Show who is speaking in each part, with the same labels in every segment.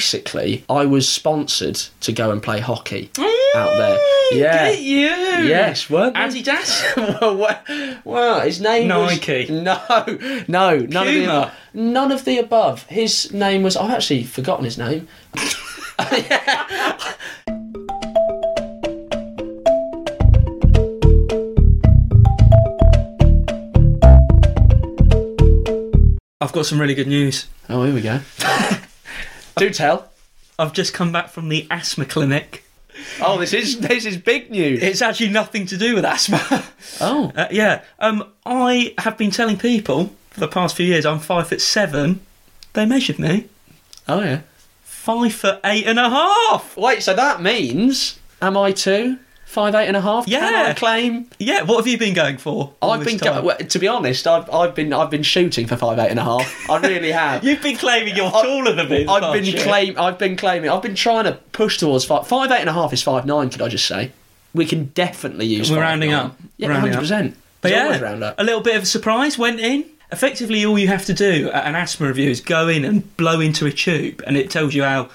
Speaker 1: basically, I was sponsored to go and play hockey out there.
Speaker 2: Hey,
Speaker 1: Yeah.
Speaker 2: Get you.
Speaker 1: Yes, weren't they?
Speaker 2: Adidas.
Speaker 1: well, wha- well, his name
Speaker 2: Nike.
Speaker 1: was no, no, none of the
Speaker 2: Puma.
Speaker 1: above. none of the above. His name was I've actually forgotten his name.
Speaker 2: I've got some really good news.
Speaker 1: Oh, here we go. Do tell.
Speaker 2: I've just come back from the asthma clinic.
Speaker 1: Oh, this is this is big news.
Speaker 2: It's actually nothing to do with asthma.
Speaker 1: Oh,
Speaker 2: Uh, yeah. Um, I have been telling people for the past few years I'm five foot seven. They measured me
Speaker 1: oh yeah.
Speaker 2: five foot eight and a half.
Speaker 1: Wait, so that means am I two five eight and a half? Can
Speaker 2: Yeah.
Speaker 1: I claim?
Speaker 2: Yeah. What have you been going for? all
Speaker 1: I've
Speaker 2: this
Speaker 1: been
Speaker 2: time?
Speaker 1: go- well, to be honest. I've I've been I've been shooting for five eight and a half. I really have.
Speaker 2: You've been claiming you're
Speaker 1: I-
Speaker 2: taller than me. the
Speaker 1: I've
Speaker 2: past
Speaker 1: been
Speaker 2: year.
Speaker 1: claim. I've been claiming. I've been trying to push towards five. Five eight and a half is five nine. Could I just say? We can definitely use.
Speaker 2: We're
Speaker 1: five
Speaker 2: rounding
Speaker 1: nine.
Speaker 2: up.
Speaker 1: Yeah,
Speaker 2: Rounding
Speaker 1: hundred
Speaker 2: up.
Speaker 1: percent.
Speaker 2: But yeah,
Speaker 1: always round up.
Speaker 2: a little bit of a surprise went in. Effectively, all you have to do at an asthma review is go in and blow into a tube, and it tells you how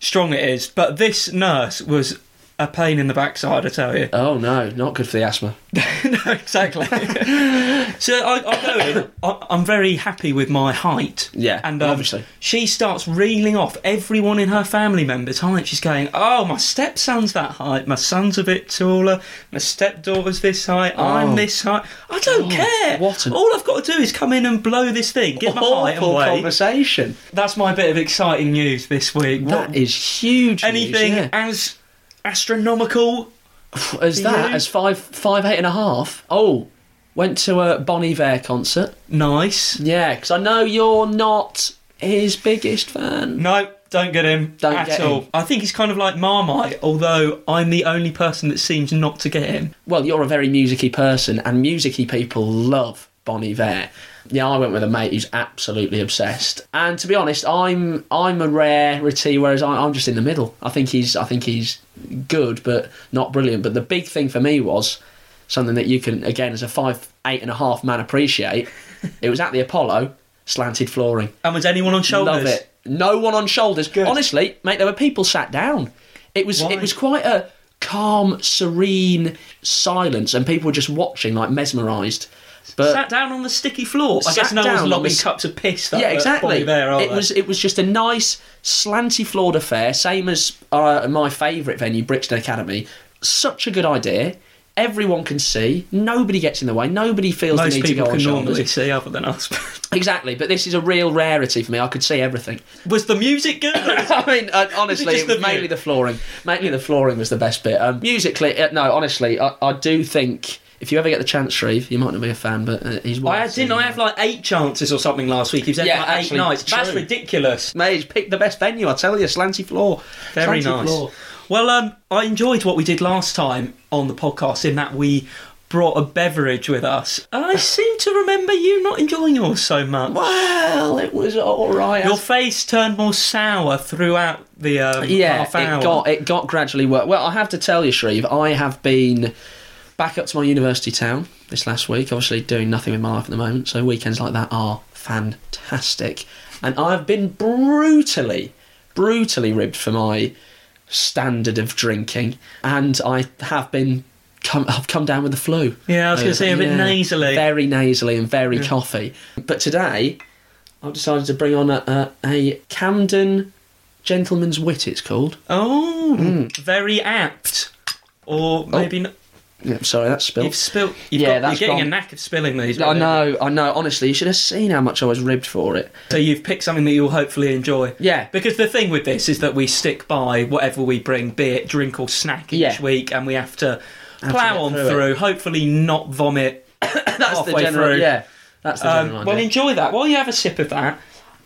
Speaker 2: strong it is. But this nurse was a pain in the backside, I tell you.
Speaker 1: Oh no, not good for the asthma.
Speaker 2: no, exactly. so I, I go in. I, I'm very happy with my height.
Speaker 1: Yeah,
Speaker 2: and um,
Speaker 1: obviously.
Speaker 2: she starts reeling off everyone in her family member's height. She's going, "Oh, my stepson's that height. My son's a bit taller. My stepdaughter's this height. I'm
Speaker 1: Oh.
Speaker 2: this height. I don't care.
Speaker 1: what an-
Speaker 2: All I've got to do is come in and blow this thing, get my height and
Speaker 1: Awful
Speaker 2: weight.
Speaker 1: conversation.
Speaker 2: That's my bit of exciting news this week.
Speaker 1: That is huge.
Speaker 2: anything
Speaker 1: news, yeah.
Speaker 2: as astronomical
Speaker 1: as that
Speaker 2: you?
Speaker 1: as five five eight and a half. Oh, went to a Bon Iver concert.
Speaker 2: nice?
Speaker 1: Yeah, because I know you're not his biggest fan.
Speaker 2: No, don't get him
Speaker 1: Don't
Speaker 2: at
Speaker 1: get
Speaker 2: all.
Speaker 1: him.
Speaker 2: I think he's kind of like Marmite, although I'm the only person that seems not to get him.
Speaker 1: well, you're a very musicy person, and musicy people love Bon Iver. Yeah, I went with a mate who's absolutely obsessed. And to be honest, I'm I'm a rarity, whereas I, I'm just in the middle. I think he's I think he's good, but not brilliant. But the big thing for me was something that you can again as a five eight and a half man appreciate. it was at the Apollo, slanted flooring.
Speaker 2: And was anyone on shoulders?
Speaker 1: Love it. No one on shoulders.
Speaker 2: Good.
Speaker 1: Honestly, mate, there were people sat down. It was
Speaker 2: Why?
Speaker 1: it was quite a calm, serene silence, and people were just watching, like mesmerised. But
Speaker 2: Sat down on the sticky floor. I
Speaker 1: Sat
Speaker 2: guess no
Speaker 1: down
Speaker 2: one's
Speaker 1: on
Speaker 2: lobbing
Speaker 1: the s-
Speaker 2: cups of piss. That
Speaker 1: yeah, exactly.
Speaker 2: There, are
Speaker 1: it was it was just a nice slanty floored affair, same as uh, my favourite venue, Brixton Academy. Such a good idea. Everyone can see. Nobody gets in the way. Nobody feels the
Speaker 2: Most
Speaker 1: need to
Speaker 2: people
Speaker 1: go on
Speaker 2: can normally
Speaker 1: shoulders.
Speaker 2: see other than us.
Speaker 1: Exactly, but this is a real rarity for me. I could see everything.
Speaker 2: was the music good?
Speaker 1: I mean, uh, honestly,
Speaker 2: Is
Speaker 1: it was
Speaker 2: it just the view?
Speaker 1: mainly the flooring. Mainly the flooring was the best bit. Um, musically, uh, no, honestly, I, I do think if you ever get the chance, Shreve, you might not be a fan, but uh, he's.
Speaker 2: I
Speaker 1: worth
Speaker 2: had, didn't I
Speaker 1: seeing.
Speaker 2: have like eight chances or something last week? He was there
Speaker 1: Yeah,
Speaker 2: for like eight
Speaker 1: actually,
Speaker 2: nights. That's
Speaker 1: true.
Speaker 2: ridiculous.
Speaker 1: Mate, he's picked the best venue. I tell you, slanty floor.
Speaker 2: Very
Speaker 1: Slanty
Speaker 2: nice.
Speaker 1: floor.
Speaker 2: Well, um, I enjoyed what we did last time on the podcast in that we brought a beverage with us. I seem to remember you not enjoying yours so much.
Speaker 1: Well, it was all right.
Speaker 2: Your face turned more sour throughout the um,
Speaker 1: yeah,
Speaker 2: half hour.
Speaker 1: it got it got gradually worse. Well, I have to tell you, Shreve, I have been back up to my university town this last week. Obviously, doing nothing with my life at the moment, so weekends like that are fantastic. And I've been brutally, brutally ribbed for my standard of drinking, and I have been. Come, I've come down with the flu.
Speaker 2: Yeah, I was gonna
Speaker 1: Uh,
Speaker 2: say, a bit nasally.
Speaker 1: Very nasally and very coffee. But today, I've decided to bring on a, a, a Camden Gentleman's Wit, it's called.
Speaker 2: oh,
Speaker 1: Mm.
Speaker 2: very apt. Or maybe not.
Speaker 1: Yeah, sorry, that's spilled.
Speaker 2: You've spilt. You've
Speaker 1: Oh, Yeah,
Speaker 2: got,
Speaker 1: that's
Speaker 2: You're getting
Speaker 1: gone. Oh,
Speaker 2: a knack of spilling these.
Speaker 1: I
Speaker 2: really.
Speaker 1: know, I know. Honestly, you should have seen how much I was ribbed for it.
Speaker 2: So you've picked something that you'll hopefully enjoy.
Speaker 1: Yeah.
Speaker 2: Because the thing with this is that we stick by whatever we bring, be it drink or snack each
Speaker 1: Yeah.
Speaker 2: week, and we have to
Speaker 1: to
Speaker 2: plough
Speaker 1: get
Speaker 2: on
Speaker 1: through it.
Speaker 2: through. Hopefully, not vomit
Speaker 1: That's
Speaker 2: halfway
Speaker 1: the general.
Speaker 2: through.
Speaker 1: Yeah, that's the
Speaker 2: Um,
Speaker 1: general
Speaker 2: well,
Speaker 1: idea.
Speaker 2: enjoy that. While you have a sip of that,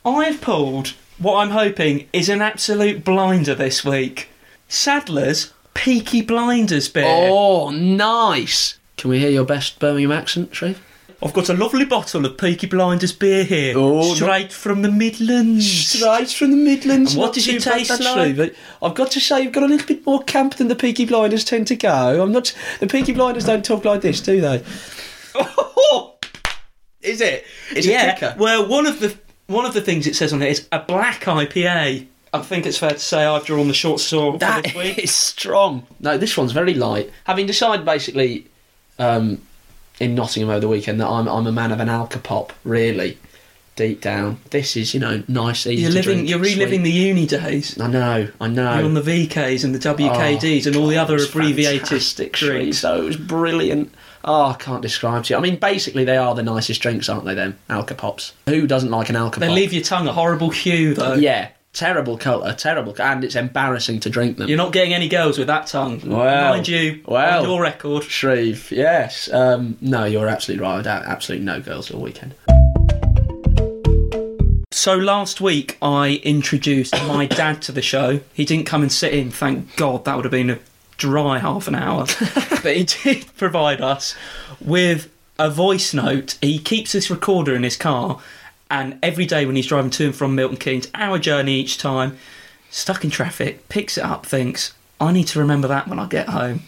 Speaker 2: I've pulled what I'm hoping is an absolute blinder this week. Sadler's Peaky Blinders beer.
Speaker 1: oh, nice. Can we hear your best Birmingham accent, Shreve?
Speaker 2: I've got a lovely bottle of Peaky Blinders beer here,
Speaker 1: Oh, no-
Speaker 2: straight from the Midlands.
Speaker 1: Straight from the Midlands.
Speaker 2: And what
Speaker 1: not
Speaker 2: does it
Speaker 1: too bad,
Speaker 2: taste
Speaker 1: that's
Speaker 2: like?
Speaker 1: true, but I've got to say, you've got a little bit more camp than the Peaky Blinders tend to go. I'm not. The Peaky Blinders don't talk like this, do they? Is it? It's
Speaker 2: Well, one of the one of the things it says on it is a black IPA. I think it's fair to say I've drawn the short sword for
Speaker 1: That
Speaker 2: this week.
Speaker 1: is strong. No, this one's very light. Having decided basically um, in Nottingham over the weekend that I'm I'm a man of an alcopop, really. Deep down, this is you know nice, easy.
Speaker 2: You're
Speaker 1: to
Speaker 2: living,
Speaker 1: drink,
Speaker 2: you're reliving the uni days.
Speaker 1: sweet. I know, I know. Oh,
Speaker 2: You're on the VKs and the WKDs and all the
Speaker 1: God,
Speaker 2: other
Speaker 1: it was
Speaker 2: abbreviated
Speaker 1: fantastic
Speaker 2: drinks.
Speaker 1: So it was brilliant. Oh, I can't describe to you. I mean, basically, they are the nicest drinks, aren't they? Them alcopops. Who doesn't like an alcopop?
Speaker 2: They leave your tongue a horrible hue, though.
Speaker 1: Oh. Yeah, terrible colour, terrible, co- and it's embarrassing to drink them.
Speaker 2: You're not getting any girls with that tongue.
Speaker 1: Well,
Speaker 2: Mind you,
Speaker 1: well.
Speaker 2: on your record.
Speaker 1: Shreve, yes. Um, no, you're absolutely right. I had absolutely no girls all weekend.
Speaker 2: So last week I introduced my dad to the show. He didn't come and sit in, thank God, that would have been a dry half an hour. but he did provide us with a voice note. He keeps this recorder in his car and every day when he's driving to and from Milton Keynes, hour journey each time, stuck in traffic, picks it up, thinks, I need to remember that when I get home.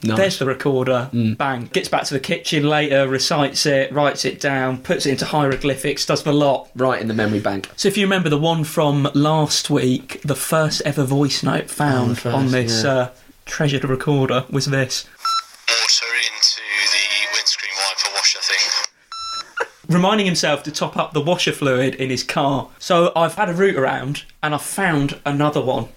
Speaker 1: Nice.
Speaker 2: There's the recorder. Bang. Gets back to the kitchen later, recites it, writes it down, puts it into hieroglyphics, does the lot.
Speaker 1: right in the memory bank.
Speaker 2: So if you remember the one from last week, the first ever voice note found
Speaker 1: Oh, the first,
Speaker 2: on this
Speaker 1: yeah.
Speaker 2: uh, treasured recorder was this.
Speaker 3: water into the windscreen wiper washer thing.
Speaker 2: Reminding himself to top up the washer fluid in his car. So I've had a route around and I've found another one.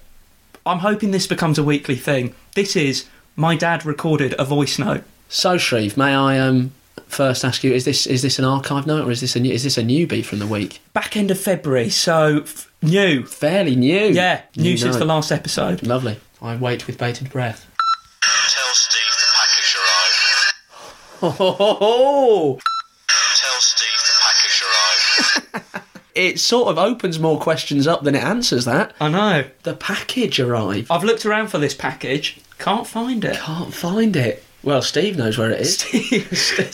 Speaker 2: I'm hoping this becomes a weekly thing. This is my dad recorded a voice note.
Speaker 1: So, Shreve, may I um, first ask you: Is this is this an archive note or is this a new, is this a newbie from the week?
Speaker 2: Back end of February, so f- new.
Speaker 1: Fairly new.
Speaker 2: Yeah, new since
Speaker 1: note.
Speaker 2: the last episode.
Speaker 1: Lovely. I wait with bated breath.
Speaker 3: Tell Steve the package arrived.
Speaker 1: Oh,
Speaker 3: Tell Steve the package arrived.
Speaker 1: it sort of opens more questions up than it answers. That
Speaker 2: I know.
Speaker 1: the package arrived.
Speaker 2: I've looked around for this package, can't find it.
Speaker 1: Can't find it. Well, Steve knows where it is.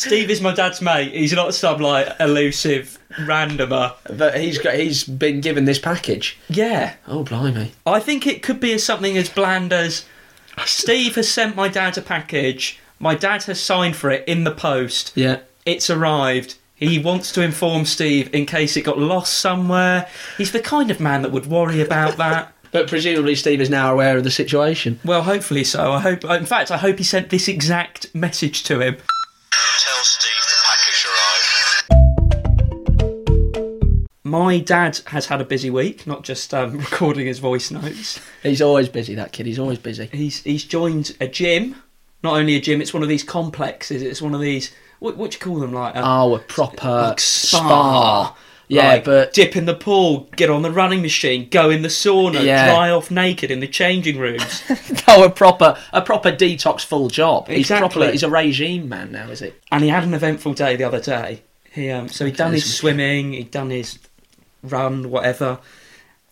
Speaker 2: Steve is my dad's mate. He's not some like elusive randomer.
Speaker 1: but he's got he's been given this package.
Speaker 2: Yeah,
Speaker 1: Oh blimey!
Speaker 2: I think it could be as something as bland as Steve has sent my dad a package. My dad has signed for it in the post.
Speaker 1: Yeah.
Speaker 2: It's arrived. He wants to inform Steve in case it got lost somewhere. He's the kind of man that would worry about that.
Speaker 1: But presumably Steve is now aware of the situation.
Speaker 2: well, hopefully so. I hope. In fact, I hope he sent this exact message to him.
Speaker 3: Tell Steve the package arrived.
Speaker 2: My dad has had a busy week, not just um, recording his voice notes.
Speaker 1: He's always busy. That kid. He's always busy.
Speaker 2: he's he's joined a gym. Not only a gym, it's one of these complexes. It's one of these. What, what do you call them? Like uh, a
Speaker 1: Oh, a proper spa. Yeah,
Speaker 2: Yeah, but
Speaker 1: but
Speaker 2: dip in the pool, get on the running machine, go in the sauna,
Speaker 1: Yeah.
Speaker 2: dry off naked in the changing rooms.
Speaker 1: oh, a proper a proper detox full job. He's
Speaker 2: Exactly.
Speaker 1: properly he's a regime man now, is he?
Speaker 2: and he had an eventful day the other day. He um, so he'd done his swimming, he'd done his run, whatever,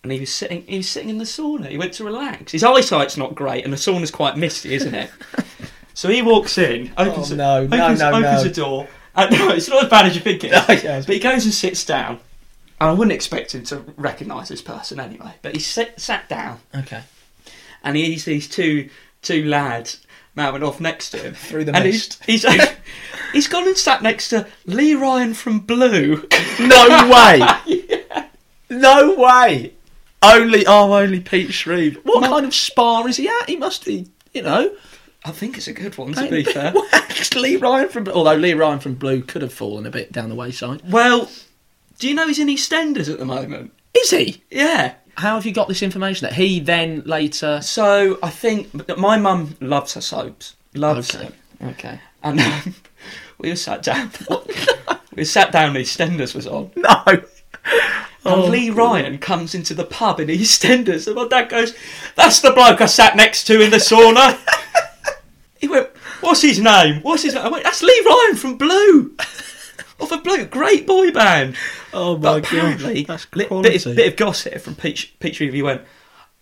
Speaker 2: and he was sitting. He was sitting in the sauna. He went to relax. His eyesight's not great, and the sauna's quite misty, isn't it? so he walks in, opens,
Speaker 1: Oh, no,
Speaker 2: opens,
Speaker 1: no, no, no.
Speaker 2: opens the door. And, no, it's not as bad as you think it is.
Speaker 1: yes.
Speaker 2: But he goes and sits down. And I wouldn't expect him to recognise this person anyway. But he sit, sat down,
Speaker 1: Okay.
Speaker 2: and he sees two two lads mouthing off next to him through
Speaker 1: the
Speaker 2: and
Speaker 1: mist.
Speaker 2: He's, he's he's gone and sat next to Lee Ryan from Blue.
Speaker 1: No way. No way. Only oh, only Pete Shreve. What kind of spa is he at? He must be, you know.
Speaker 2: I think it's a good one to be fair.
Speaker 1: Lee Ryan from although Lee Ryan from Blue could have fallen a bit down the wayside.
Speaker 2: Well, do you know he's in EastEnders at the moment?
Speaker 1: Is he?
Speaker 2: Yeah.
Speaker 1: How have you got this information that he then later?
Speaker 2: So I think that my mum loves her soaps, loves
Speaker 1: Okay.
Speaker 2: them,
Speaker 1: Okay.
Speaker 2: and um, we were sat down. we sat down. EastEnders was on.
Speaker 1: No. Oh,
Speaker 2: And Lee Ryan comes into the pub in EastEnders, and my dad goes, "That's the bloke I sat next to in the sauna." he went, "What's his name? What's his?" Name? I went, "That's Lee Ryan from Blue, of a Blue, great boy band."
Speaker 1: Oh
Speaker 2: But
Speaker 1: my
Speaker 2: apparently,
Speaker 1: god. That's
Speaker 2: li-
Speaker 1: quality.
Speaker 2: bit, of, bit of gossip from Peach Peach Review went.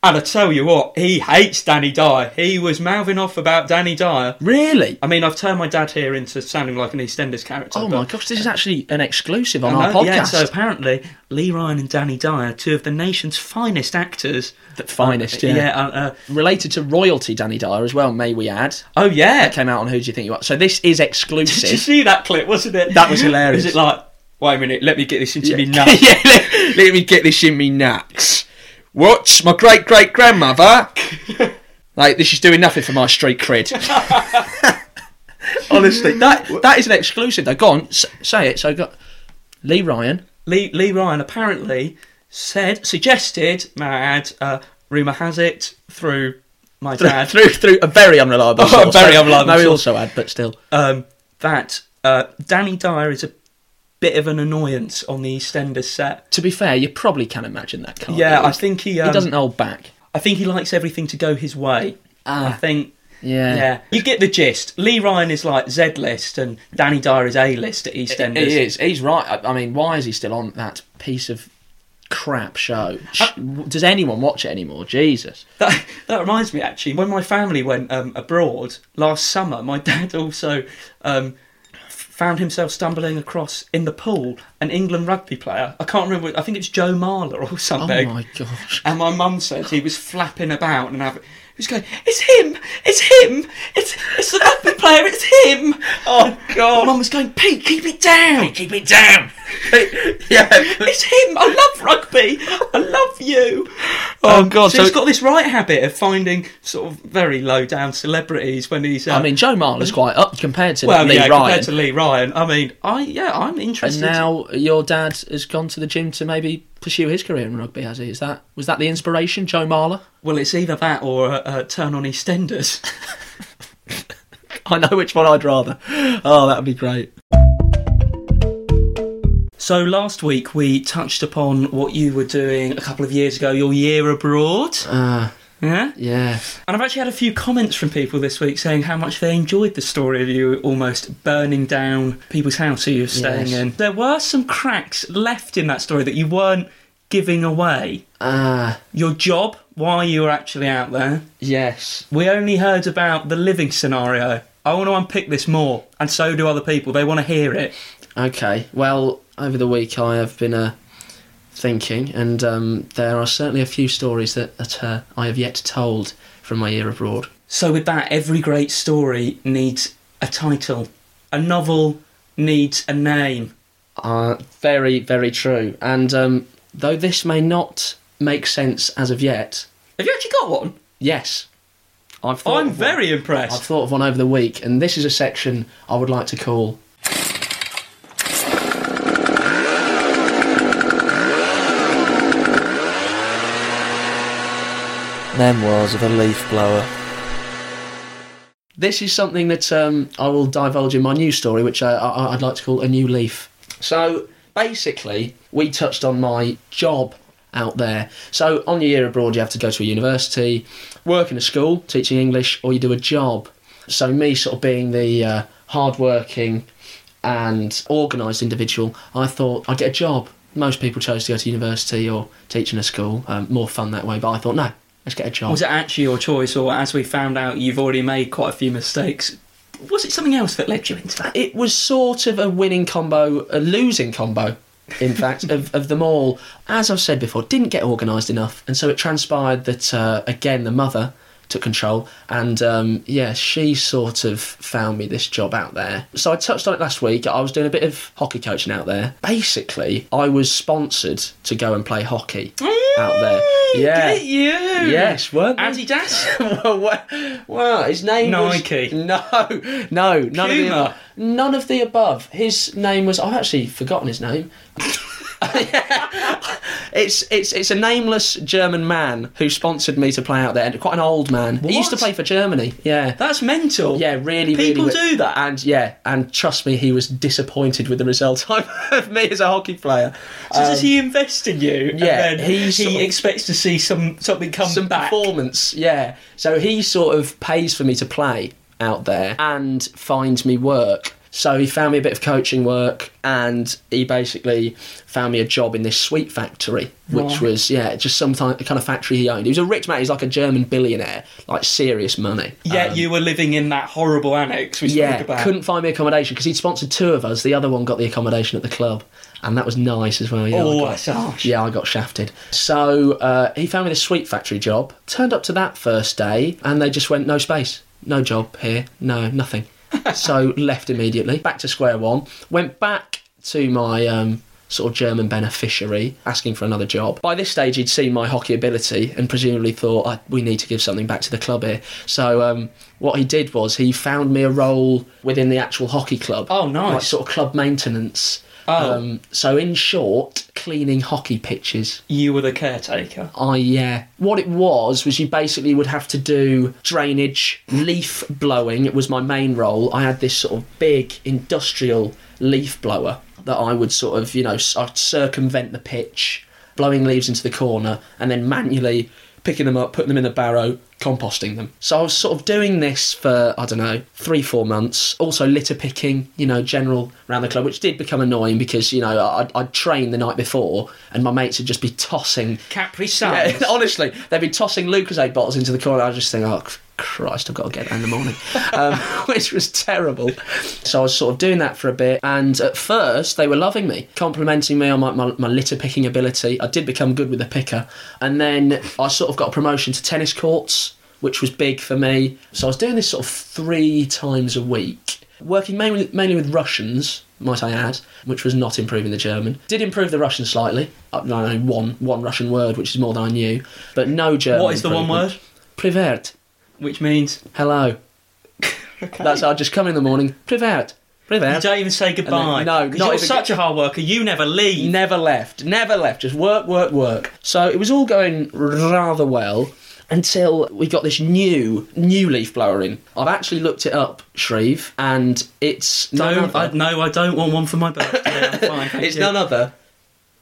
Speaker 2: And I tell you what, he hates Danny Dyer. He was mouthing off about Danny Dyer.
Speaker 1: really?
Speaker 2: I mean, I've turned my dad here into sounding like an EastEnders character.
Speaker 1: Oh
Speaker 2: but-
Speaker 1: my gosh! This is actually an exclusive on our
Speaker 2: no,
Speaker 1: podcast.
Speaker 2: Uh-huh, Yeah, so apparently, Lee Ryan and Danny Dyer, two of the nation's finest actors.
Speaker 1: the finest. Yeah.
Speaker 2: yeah uh, uh,
Speaker 1: Related to royalty, Danny Dyer as well. May we add?
Speaker 2: oh, yeah.
Speaker 1: Came out on Who Do You Think You Are? So this is
Speaker 2: Did you
Speaker 1: exclusive.
Speaker 2: see that clip, wasn't it?
Speaker 1: That was hilarious.
Speaker 2: Is it like, wait a minute, let me get this into me now?
Speaker 1: yeah. Let, let me get this in me nuts.
Speaker 4: Watch my great great grandmother. like this is doing nothing for my street cred. Honestly, that that is an exclusive. Though, go on, s- say it. So go, Lee Ryan.
Speaker 2: Lee, Lee Ryan apparently said, suggested, may I add, uh, rumour has it, through my dad,
Speaker 4: through through a very unreliable
Speaker 2: Oh, a
Speaker 4: source.
Speaker 2: very unreliable
Speaker 4: No, he
Speaker 2: source.
Speaker 4: also had, but still.
Speaker 2: um, that uh, Danny Dyer is a bit of an annoyance on the EastEnders set.
Speaker 4: To be fair, you probably can imagine that. Can't
Speaker 2: Yeah,
Speaker 4: you?
Speaker 2: I think he. Um,
Speaker 4: Oh, he doesn't hold back.
Speaker 2: I think he likes everything to go his way. I think.
Speaker 4: Ah. Yeah.
Speaker 2: Yeah, you get the gist. Lee Ryan is like Z list, and Danny Dyer is A list at EastEnders.
Speaker 4: He is. He's right. I- I mean, why is he still on that piece of crap show? Sh- Does anyone watch it anymore? Jesus.
Speaker 2: That, that reminds me, actually, when my family went um, abroad last summer, my dad also um, f- found himself stumbling across in the pool an England rugby player. I can't remember. I think it's Joe Marler or
Speaker 4: Oh
Speaker 2: something.
Speaker 4: my gosh.
Speaker 2: And my mum said he was flapping about and having. He was going, it's him! It's him! It's it's the rugby player! It's him! Oh God! Mum was going, Pete, keep it down! keep it down!
Speaker 4: yeah.
Speaker 2: It's him! I love rugby! I love you! Um,
Speaker 4: Oh, God,
Speaker 2: So,
Speaker 4: so-
Speaker 2: he's got this right habit of finding sort of very low down celebrities when he's. Uh,
Speaker 4: I mean, Joe Marler's quite up compared to
Speaker 2: well,
Speaker 4: Lee
Speaker 2: yeah,
Speaker 4: Ryan.
Speaker 2: compared to Lee Ryan. I mean, I yeah, I'm
Speaker 4: and
Speaker 2: interested.
Speaker 4: now your dad has gone to the gym to maybe pursue his career in rugby, has he? Is that was that the inspiration, Joe Marler?
Speaker 2: well, it's either that or uh, uh, turn on EastEnders.
Speaker 4: I know which one I'd rather. Oh, that would be great.
Speaker 2: So last week we touched upon what you were doing a couple of years ago, your year abroad.
Speaker 1: Uh,
Speaker 2: Yeah.
Speaker 1: yeah.
Speaker 2: And I've actually had a few comments from people this week saying how much they enjoyed the story of you almost burning down people's house who you were staying
Speaker 1: Yes.
Speaker 2: in. There were some cracks left in that story that you weren't giving away.
Speaker 1: Uh,
Speaker 2: Your job, why you were actually out there.
Speaker 1: yes.
Speaker 2: We only heard about the living scenario. I want to unpick this more, and so do other people. They want to hear it.
Speaker 1: Okay. Well, over the week I have been uh, thinking, and um, there are certainly a few stories that, that uh, I have yet told from my year abroad.
Speaker 2: So, with that, every great story needs a title. A novel needs a name.
Speaker 1: Uh, very, very true. And um, though this may not make sense as of yet,
Speaker 2: Have you actually got one?
Speaker 1: yes, I've thought
Speaker 2: I'm
Speaker 1: of one.
Speaker 2: very
Speaker 1: I've
Speaker 2: impressed.
Speaker 1: thought of one over the week, and this is a section I would like to call.
Speaker 5: Memoirs of a Leaf Blower.
Speaker 1: This is something that um, I will divulge in my new story, which I, I, I'd like to call A New Leaf. So basically, we touched on my job out there. So on your year abroad, you have to go to a university, work in a school teaching English, or you do a job. So me sort of being the uh, hardworking and organised individual, I thought I'd get a job. Most people chose to go to university or teach in a school, um, more fun that way. But I thought, no, let's get a job.
Speaker 2: Was it actually your choice, or as we found out, you've already made quite a few mistakes? Was it something else that led you into that?
Speaker 1: it was sort of a winning combo, a losing combo, in fact, of, of them all. As I've said before, didn't get organised enough, and so it transpired that uh, again the mother took control, and um, yeah, she sort of found me this job out there. So I touched on it last week. I was doing a bit of hockey coaching out there. Basically, I was sponsored to go and play hockey out there. Yeah.
Speaker 2: Mm, Get you!
Speaker 1: Yes, weren't they?
Speaker 2: Adidas?
Speaker 1: well, well, his name
Speaker 2: Nike.
Speaker 1: was No, no, none of the
Speaker 2: Puma.
Speaker 1: above. None of the above. His name was. I've actually forgotten his name. it's it's it's a nameless German man who sponsored me to play out there, and quite an old man. He used to
Speaker 2: What?
Speaker 1: play for Germany. Yeah.
Speaker 2: That's mental.
Speaker 1: yeah, really,
Speaker 2: People
Speaker 1: really.
Speaker 2: do that.
Speaker 1: and yeah, and trust me, he was disappointed with the result of me as a hockey player. Um,
Speaker 2: So does he invest in you?
Speaker 1: yeah,
Speaker 2: and then
Speaker 1: he
Speaker 2: he,
Speaker 1: sort of-
Speaker 2: expects to see some something come
Speaker 1: some
Speaker 2: back.
Speaker 1: performance, yeah. So he sort of pays for me to play out there and finds me work. So he found me a bit of coaching work and he basically found me a job in this sweet factory, which
Speaker 2: Right.
Speaker 1: was, yeah, just some ti- kind of factory he owned. He was a rich man, he's like a German billionaire, like serious money.
Speaker 2: Yet
Speaker 1: Um,
Speaker 2: you were living in that horrible annex we spoke
Speaker 1: yeah,
Speaker 2: about.
Speaker 1: couldn't find me accommodation because he'd sponsored two of us. The other one got the accommodation at the club, and that was nice as well. Yeah, I
Speaker 2: Oh,
Speaker 1: got-
Speaker 2: that's harsh.
Speaker 1: Yeah, I got shafted. So uh, he found me this sweet factory job. Turned up to that first day, and they just went, no space, no job here, no nothing. so left immediately. Back to square one. Went back to my um, sort of German beneficiary asking for another job. By this stage, he'd seen my hockey ability and presumably thought, I, we need to give something back to the club here. So um, what he did was he found me a role within the actual hockey club.
Speaker 2: Oh, nice.
Speaker 1: Like sort of club maintenance.
Speaker 2: Oh.
Speaker 1: Um, so in short, cleaning hockey pitches.
Speaker 2: You were the caretaker.
Speaker 1: I yeah. What it was was you basically would have to do drainage, leaf blowing. It was my main role. I had this sort of big industrial leaf blower that I would sort of you know s- I'd circumvent the pitch, blowing leaves into the corner, and then manually picking them up, putting them in the barrow, composting them. So I was sort of doing this for I don't know three four months. Also litter picking, you know, general around the club, which did become annoying because you know I'd, I'd train the night before, and my mates would just be tossing
Speaker 2: Capri
Speaker 1: yeah,
Speaker 2: Suns.
Speaker 1: honestly, they'd be tossing Lucasade bottles into the corner. I just think, oh c- Christ, I've got to get that in the morning, um, which was terrible. So I was sort of doing that for a bit, and at first they were loving me, complimenting me on my, my, my litter picking ability. I did become good with the picker, and then I sort of got a promotion to tennis courts, which was big for me. So I was doing this sort of three times a week working mainly, mainly with Russians, might I add, which was not improving the German. Did improve the Russian slightly. I don't know one one Russian word, which is more than I knew, but no German.
Speaker 2: What is the one word?
Speaker 1: improvement. Privet.
Speaker 2: Which means
Speaker 1: Hello. That's I just come in the morning. Privet.
Speaker 2: you
Speaker 1: Privet.
Speaker 2: don't even say goodbye.
Speaker 1: And then- no,
Speaker 2: 'Cause
Speaker 1: not
Speaker 2: you're
Speaker 1: even-
Speaker 2: such a hard worker. You never leave.
Speaker 1: Never left. Never left. Just work, work, work. So it was all going rather well until we got this new new leaf blower in. I've actually looked it up, Shreve, and it's none
Speaker 2: No,
Speaker 1: other-
Speaker 2: I, no, I don't want one for my birthday. I'm fine, thank
Speaker 1: it's
Speaker 2: you.
Speaker 1: none other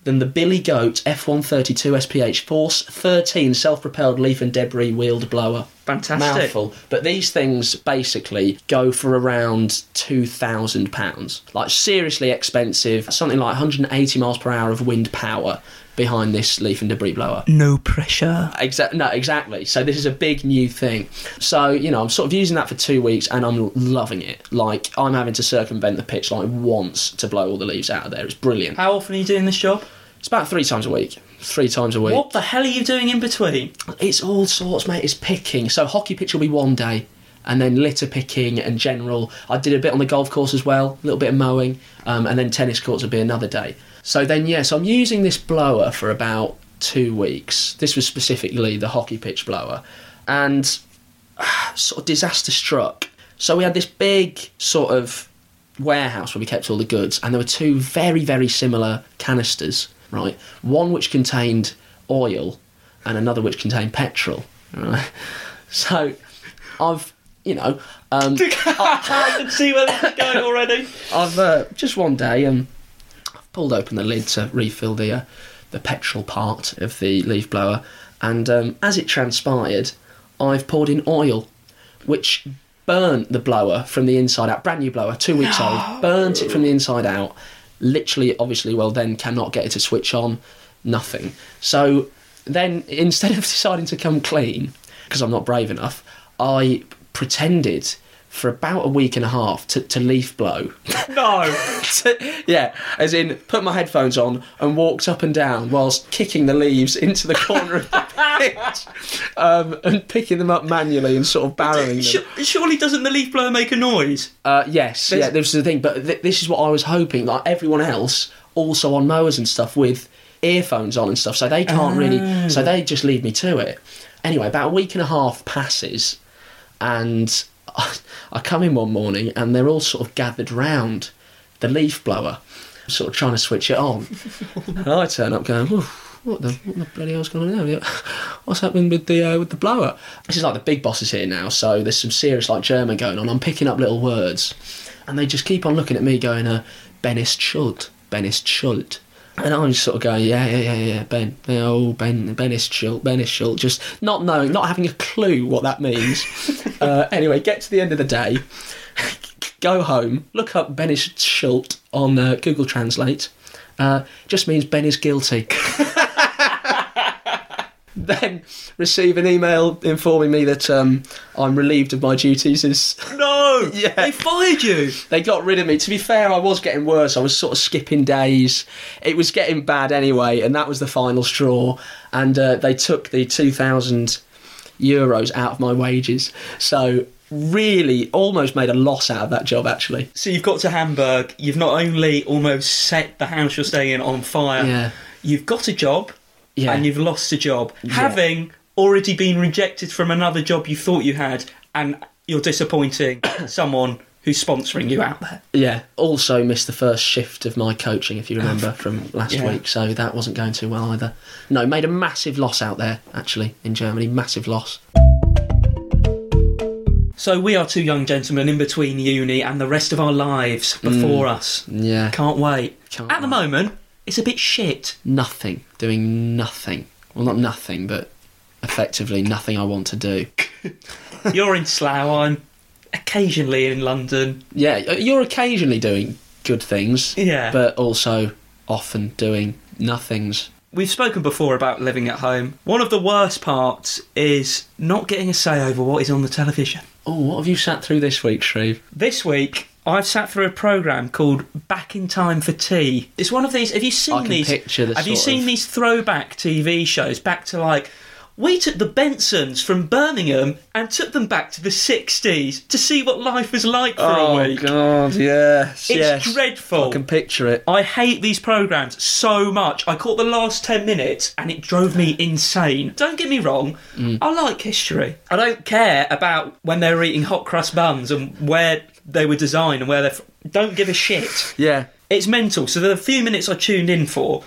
Speaker 1: than the Billy Goat F132 SPH Force 13 self-propelled leaf and debris wheeled blower.
Speaker 2: Fantastic.
Speaker 1: Mouthful. But these things basically go for around two thousand pounds. Like seriously expensive. Something like 180 miles per hour of wind power behind this leaf and debris blower.
Speaker 2: No pressure.
Speaker 1: Exactly. No, exactly. So this is a big new thing. So you know, I'm sort of using that for two weeks, and I'm loving it. Like I'm having to circumvent the pitch like once to blow all the leaves out of there. It's brilliant.
Speaker 2: How often are you doing this job?
Speaker 1: It's about three times a week. Three times a week.
Speaker 2: What the hell are you doing in between?
Speaker 1: It's all sorts, mate. It's picking. So hockey pitch will be one day, and then litter picking and general. I did a bit on the golf course as well, a little bit of mowing, um, and then tennis courts will be another day. So then, yes, I'm using this blower for about two weeks. This was specifically the hockey pitch blower, and ah, sort of disaster struck. So we had this big sort of warehouse where we kept all the goods, and there were two very, very similar canisters, right? One which contained oil, and another which contained petrol. Right? So, I've, you know, um,
Speaker 2: I can see where this is going already.
Speaker 1: I've uh, just one day um, I've pulled open the lid to refill the uh, the petrol part of the leaf blower, and um, as it transpired, I've poured in oil, which burnt the blower from the inside out. Brand new blower, two weeks old, burnt it from the inside out. Literally, obviously, well then cannot get it to switch on. Nothing. So then, instead of deciding to come clean, because I'm not brave enough, I pretended for about a week and a half to, to leaf blow
Speaker 2: No.
Speaker 1: yeah, as in put my headphones on and walked up and down whilst kicking the leaves into the corner of the pitch um, and picking them up manually and sort of barreling them.
Speaker 2: Su- Surely doesn't the leaf blower make a noise?
Speaker 1: Uh, yes, yeah, this is the thing. But th- this is what I was hoping. Like everyone else, also on mowers and stuff with earphones on and stuff, so they can't really. So they just leave me to it. Anyway, about a week and a half passes, and I, I come in one morning and they're all sort of gathered round the leaf blower, sort of trying to switch it on. and I turn up going, "Oof, what the, what the bloody hell's going on now? Yeah. What's happening with the uh, with the blower? This is like the big bosses here now, so there's some serious like German going on. I'm picking up little words, and they just keep on looking at me going, uh, "Ben ist schuld, Ben ist schuld," and I'm just sort of going, "Yeah, yeah, yeah, yeah, Ben, yeah, oh Ben, Ben ist schuld, Ben ist schuld," just not knowing, not having a clue what that means. uh, anyway, get to the end of the day, go home, look up Ben is schuld on uh, Google Translate. Uh, just means Ben is guilty then receive an email informing me that um, I'm relieved of my duties. Is
Speaker 2: No.
Speaker 1: Yeah.
Speaker 2: They fired you.
Speaker 1: they got rid of me? To be fair, I was getting worse. I was sort of skipping days. It was getting bad anyway, and that was the final straw. And uh, they took the two thousand euros out of my wages. So really almost made a loss out of that job, actually.
Speaker 2: So you've got to Hamburg. You've not only almost set the house you're staying in on fire.
Speaker 1: Yeah.
Speaker 2: You've got a job,
Speaker 1: Yeah.
Speaker 2: and you've lost a job, having already been rejected from another job you thought you had, and you're disappointing someone who's sponsoring you out there.
Speaker 1: Yeah. Also missed the first shift of my coaching, if you remember, from last
Speaker 2: Ah. Yeah.
Speaker 1: week. So that wasn't going too well either. No, made a massive loss out there, actually, in Germany. Massive loss.
Speaker 2: So we are two young gentlemen in between uni and the rest of our lives before us.
Speaker 1: Yeah.
Speaker 2: Can't wait.
Speaker 1: Mm. Can't
Speaker 2: At the
Speaker 1: wait.
Speaker 2: moment, it's a bit shit.
Speaker 1: Nothing. Doing nothing. Well, not nothing, but effectively nothing I want to do.
Speaker 2: You're in Slough. I'm occasionally in London.
Speaker 1: Yeah, you're occasionally doing good things.
Speaker 2: Yeah.
Speaker 1: But also often doing nothings.
Speaker 2: We've spoken before about living at home. One of the worst parts is not getting a say over what is on the television.
Speaker 1: Oh, what have you sat through this week, Shreve?
Speaker 2: This week, I've sat through a program called Back in Time for Tea. It's one of these. Have you seen
Speaker 1: can
Speaker 2: these?
Speaker 1: picture the
Speaker 2: have you
Speaker 1: sort
Speaker 2: seen
Speaker 1: of-
Speaker 2: these throwback TV shows back to like? We took the Bensons from Birmingham and took them back to the 60s to see what life was like for a week.
Speaker 1: Oh, God, yes.
Speaker 2: It's dreadful.
Speaker 1: I can picture it.
Speaker 2: I hate these programs so much. I caught the last 10 minutes and it drove me insane. Don't get me wrong, I like history. I don't care about when they were eating hot crust buns and where they were designed and where they're. F- don't give a shit.
Speaker 1: Yeah.
Speaker 2: It's mental. So the few minutes I tuned in for,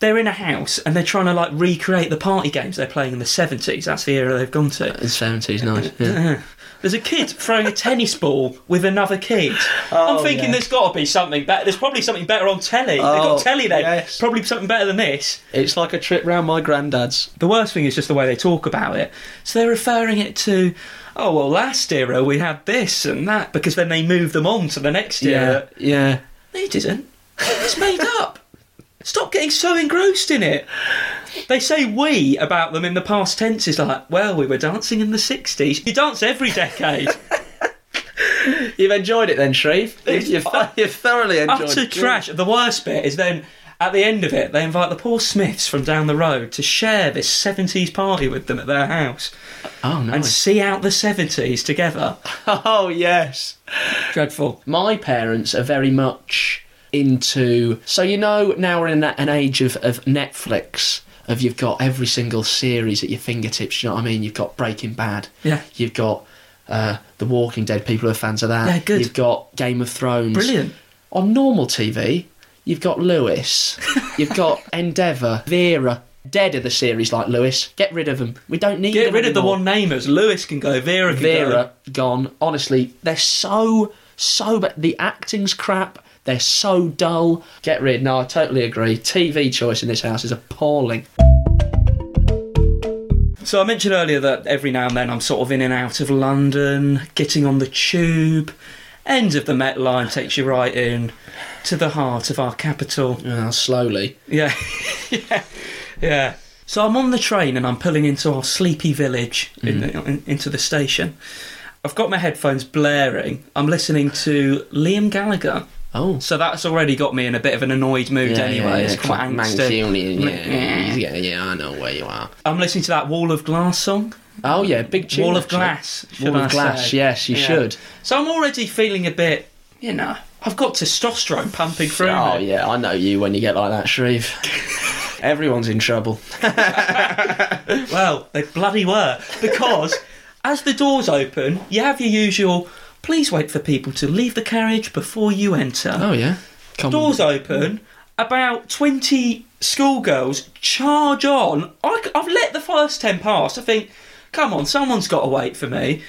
Speaker 2: they're in a house and they're trying to like recreate the party games they're playing in the 70s. That's the era they've gone to.
Speaker 1: It's 70s, nice. Yeah.
Speaker 2: There's a kid throwing a tennis ball with another kid. I'm thinking
Speaker 1: Oh, yeah.
Speaker 2: there's got to be something better. There's probably something better on telly. They've
Speaker 1: Oh,
Speaker 2: got telly there.
Speaker 1: yes.
Speaker 2: Probably something better than this.
Speaker 1: It's like a trip round my granddad's.
Speaker 2: The worst thing is just the way they talk about it. So they're referring it to, oh, well, last era we had this and that, because then they move them on to the next era.
Speaker 1: Yeah.
Speaker 2: They didn't. It's made up. Stop getting so engrossed in it. They say we about them in the past tense. It's like, well, we were dancing in the 60s. You dance every decade.
Speaker 1: You've enjoyed it then, Shreve. You've, you've, you've thoroughly enjoyed
Speaker 2: utter
Speaker 1: it.
Speaker 2: trash. The worst bit is then at the end of it, they invite the poor Smiths from down the road to share this 70s party with them at their house
Speaker 1: Oh,
Speaker 2: and
Speaker 1: nice.
Speaker 2: see out the 70s together.
Speaker 1: Oh, yes.
Speaker 2: Dreadful.
Speaker 1: my parents are very much into so you know now we're in that, an age of, of netflix of you've got every single series at your fingertips you know what i mean you've got breaking bad
Speaker 2: Yeah.
Speaker 1: you've got uh, the walking dead people who are fans of that
Speaker 2: Yeah, good.
Speaker 1: you've got game of thrones
Speaker 2: Brilliant.
Speaker 1: on normal tv you've got lewis you've got endeavour vera dead are the series like lewis get rid of them we don't need
Speaker 2: Get
Speaker 1: them
Speaker 2: rid of the
Speaker 1: anymore.
Speaker 2: one namers. Lewis can go, Vera can go.
Speaker 1: Vera gone. Honestly, they're so so. But the acting's crap. They're so dull. Get rid. No, I totally agree. TV choice in this house is appalling.
Speaker 2: So I mentioned earlier that every now and then I'm sort of in and out of London, getting on the tube. End of the Met line takes you right in to the heart of our capital.
Speaker 1: Uh, slowly.
Speaker 2: Yeah. yeah. Yeah. So I'm on the train and I'm pulling into our sleepy village
Speaker 1: Mm.
Speaker 2: in the, in, into the station. I've got my headphones blaring. I'm listening to Liam Gallagher.
Speaker 1: Oh.
Speaker 2: So that's already got me in a bit of an annoyed mood anyway. it's quite angsty.
Speaker 1: Mancunian,
Speaker 2: Yeah.
Speaker 1: yeah, yeah, yeah. I know where you are.
Speaker 2: I'm listening to that Wall of Glass song.
Speaker 1: Oh yeah, big tune.
Speaker 2: Wall of
Speaker 1: actually.
Speaker 2: Glass. should
Speaker 1: Wall
Speaker 2: I
Speaker 1: of glass.
Speaker 2: say.
Speaker 1: Yes, you
Speaker 2: Yeah.
Speaker 1: should.
Speaker 2: So I'm already feeling a bit, you know, I've got testosterone pumping through
Speaker 1: Oh
Speaker 2: me.
Speaker 1: yeah, I know you when you get like that, Shreve. Everyone's in trouble.
Speaker 2: Well, they bloody were. Because as the doors open, you have your usual please wait for people to leave the carriage before you enter.
Speaker 1: Oh yeah. Come on.
Speaker 2: Doors open, about 20 schoolgirls charge on. I, have let the first 10 pass. I think, come on, someone's got to wait for me.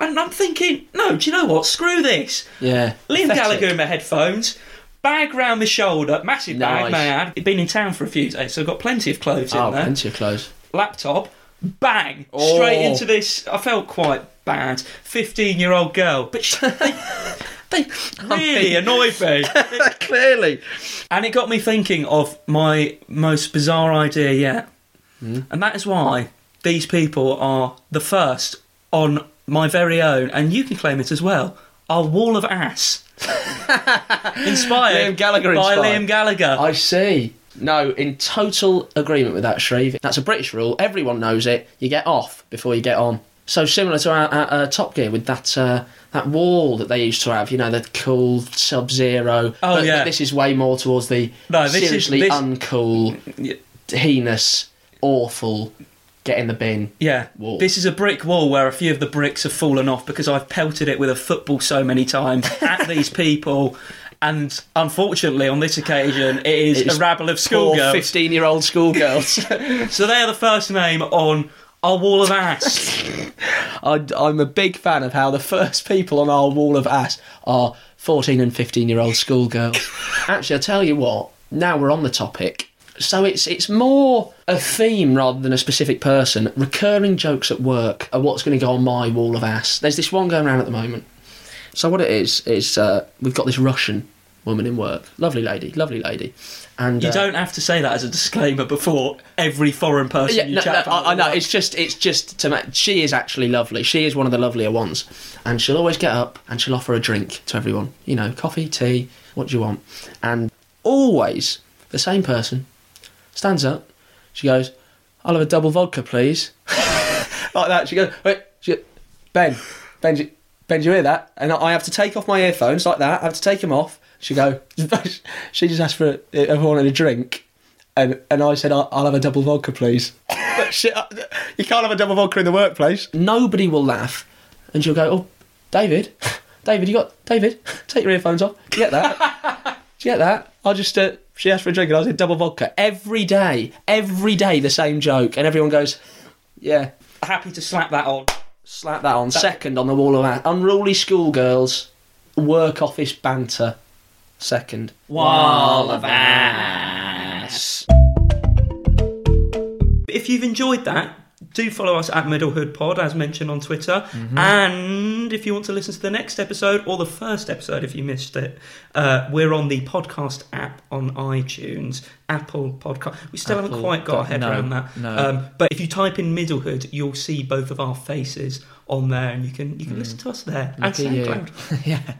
Speaker 2: And I'm thinking, no, do you know what? Screw this.
Speaker 1: Yeah.
Speaker 2: Liam
Speaker 1: Pathetic.
Speaker 2: Gallagher in my headphones, bag round my shoulder, massive bag,
Speaker 1: Nice.
Speaker 2: man. I'd been in town for a few days, so I've got plenty of clothes
Speaker 1: Oh,
Speaker 2: in there
Speaker 1: plenty of clothes.
Speaker 2: laptop, bang, straight into
Speaker 1: Oh.
Speaker 2: this. I felt quite bad. 15 year old girl, but she, they, they really annoyed me.
Speaker 1: Clearly.
Speaker 2: And it got me thinking of my most bizarre idea yet.
Speaker 1: Hmm?
Speaker 2: And that is why these people are the first on my very own, and you can claim it as well, our wall of ass. inspired
Speaker 1: Liam Gallagher
Speaker 2: by
Speaker 1: inspired.
Speaker 2: Liam Gallagher.
Speaker 1: I see. No, in total agreement with that, Shreve. That's a British rule. Everyone knows it. You get off before you get on. So similar to our, our, uh, Top Gear with that uh, that wall that they used to have, you know, the cool Sub Zero.
Speaker 2: Oh,
Speaker 1: but,
Speaker 2: yeah.
Speaker 1: But this is way more towards the
Speaker 2: No, this is-
Speaker 1: seriously
Speaker 2: this-
Speaker 1: uncool,
Speaker 2: Yeah.
Speaker 1: heinous, awful, get in the bin.
Speaker 2: Yeah.
Speaker 1: Wall.
Speaker 2: This is a brick wall where a few of the bricks have fallen off because I've pelted it with a football so many times at these people. And unfortunately, on this occasion, it is,
Speaker 1: It is
Speaker 2: a rabble of
Speaker 1: Poor
Speaker 2: schoolgirls.
Speaker 1: fifteen-year-old schoolgirls.
Speaker 2: So they are the first name on our wall of ass.
Speaker 1: I, I'm a big fan of how the first people on our wall of ass are 14 and 15 year old schoolgirls. Actually, I'll tell you what, now we're on the topic. So it's it's more a theme rather than a specific person. Recurring jokes at work are what's going to go on my wall of ass. There's this one going around at the moment. So what it is is uh, we've got this Russian woman in work, lovely lady, lovely lady, and
Speaker 2: you
Speaker 1: uh,
Speaker 2: don't have to say that as a disclaimer before every foreign person
Speaker 1: yeah,
Speaker 2: you
Speaker 1: no, no,
Speaker 2: chat about.
Speaker 1: I, I know. It's just, it's just to make. She is actually lovely. She is one of the lovelier ones, and she'll always get up and she'll offer a drink to everyone. You know, coffee, tea, what do you want? And always the same person stands up. She goes, "I'll have a double vodka, please." like that. She goes, "Wait, she goes, Ben, Ben, do you- Ben, do you hear that?" And I have to take off my earphones like that. I have to take them off. She go, she just asked for a, if I wanted a drink, and and I said, "I'll, I'll have a double vodka, please." But she- uh, you can't have a double vodka in the workplace. Nobody will laugh, and she'll go, "Oh, David, David, you got David? Take your earphones off. Do you get that?" Do you get that? I just uh, she asked for a drink and I said double vodka every day, every day the same joke, and everyone goes, yeah,
Speaker 2: Happy to slap that on.
Speaker 1: slap that on second on the wall of that unruly schoolgirls, work office banter, second.
Speaker 2: Wall of ass. If you've enjoyed that, do follow us at Middlehood Pod, as mentioned on Twitter. And if you want to listen to the next episode or the first episode, if you missed it, uh, we're on the podcast app on iTunes, Apple Podcast. We still haven't
Speaker 5: Apple,
Speaker 2: quite got our
Speaker 5: but
Speaker 2: head
Speaker 5: no,
Speaker 2: around
Speaker 1: Uh,
Speaker 2: that.
Speaker 5: no.
Speaker 2: Um, but if you type in Middlehood, you'll see both of our faces on there, and you can you can listen to us there and
Speaker 1: at you.
Speaker 2: SoundCloud.
Speaker 1: yeah.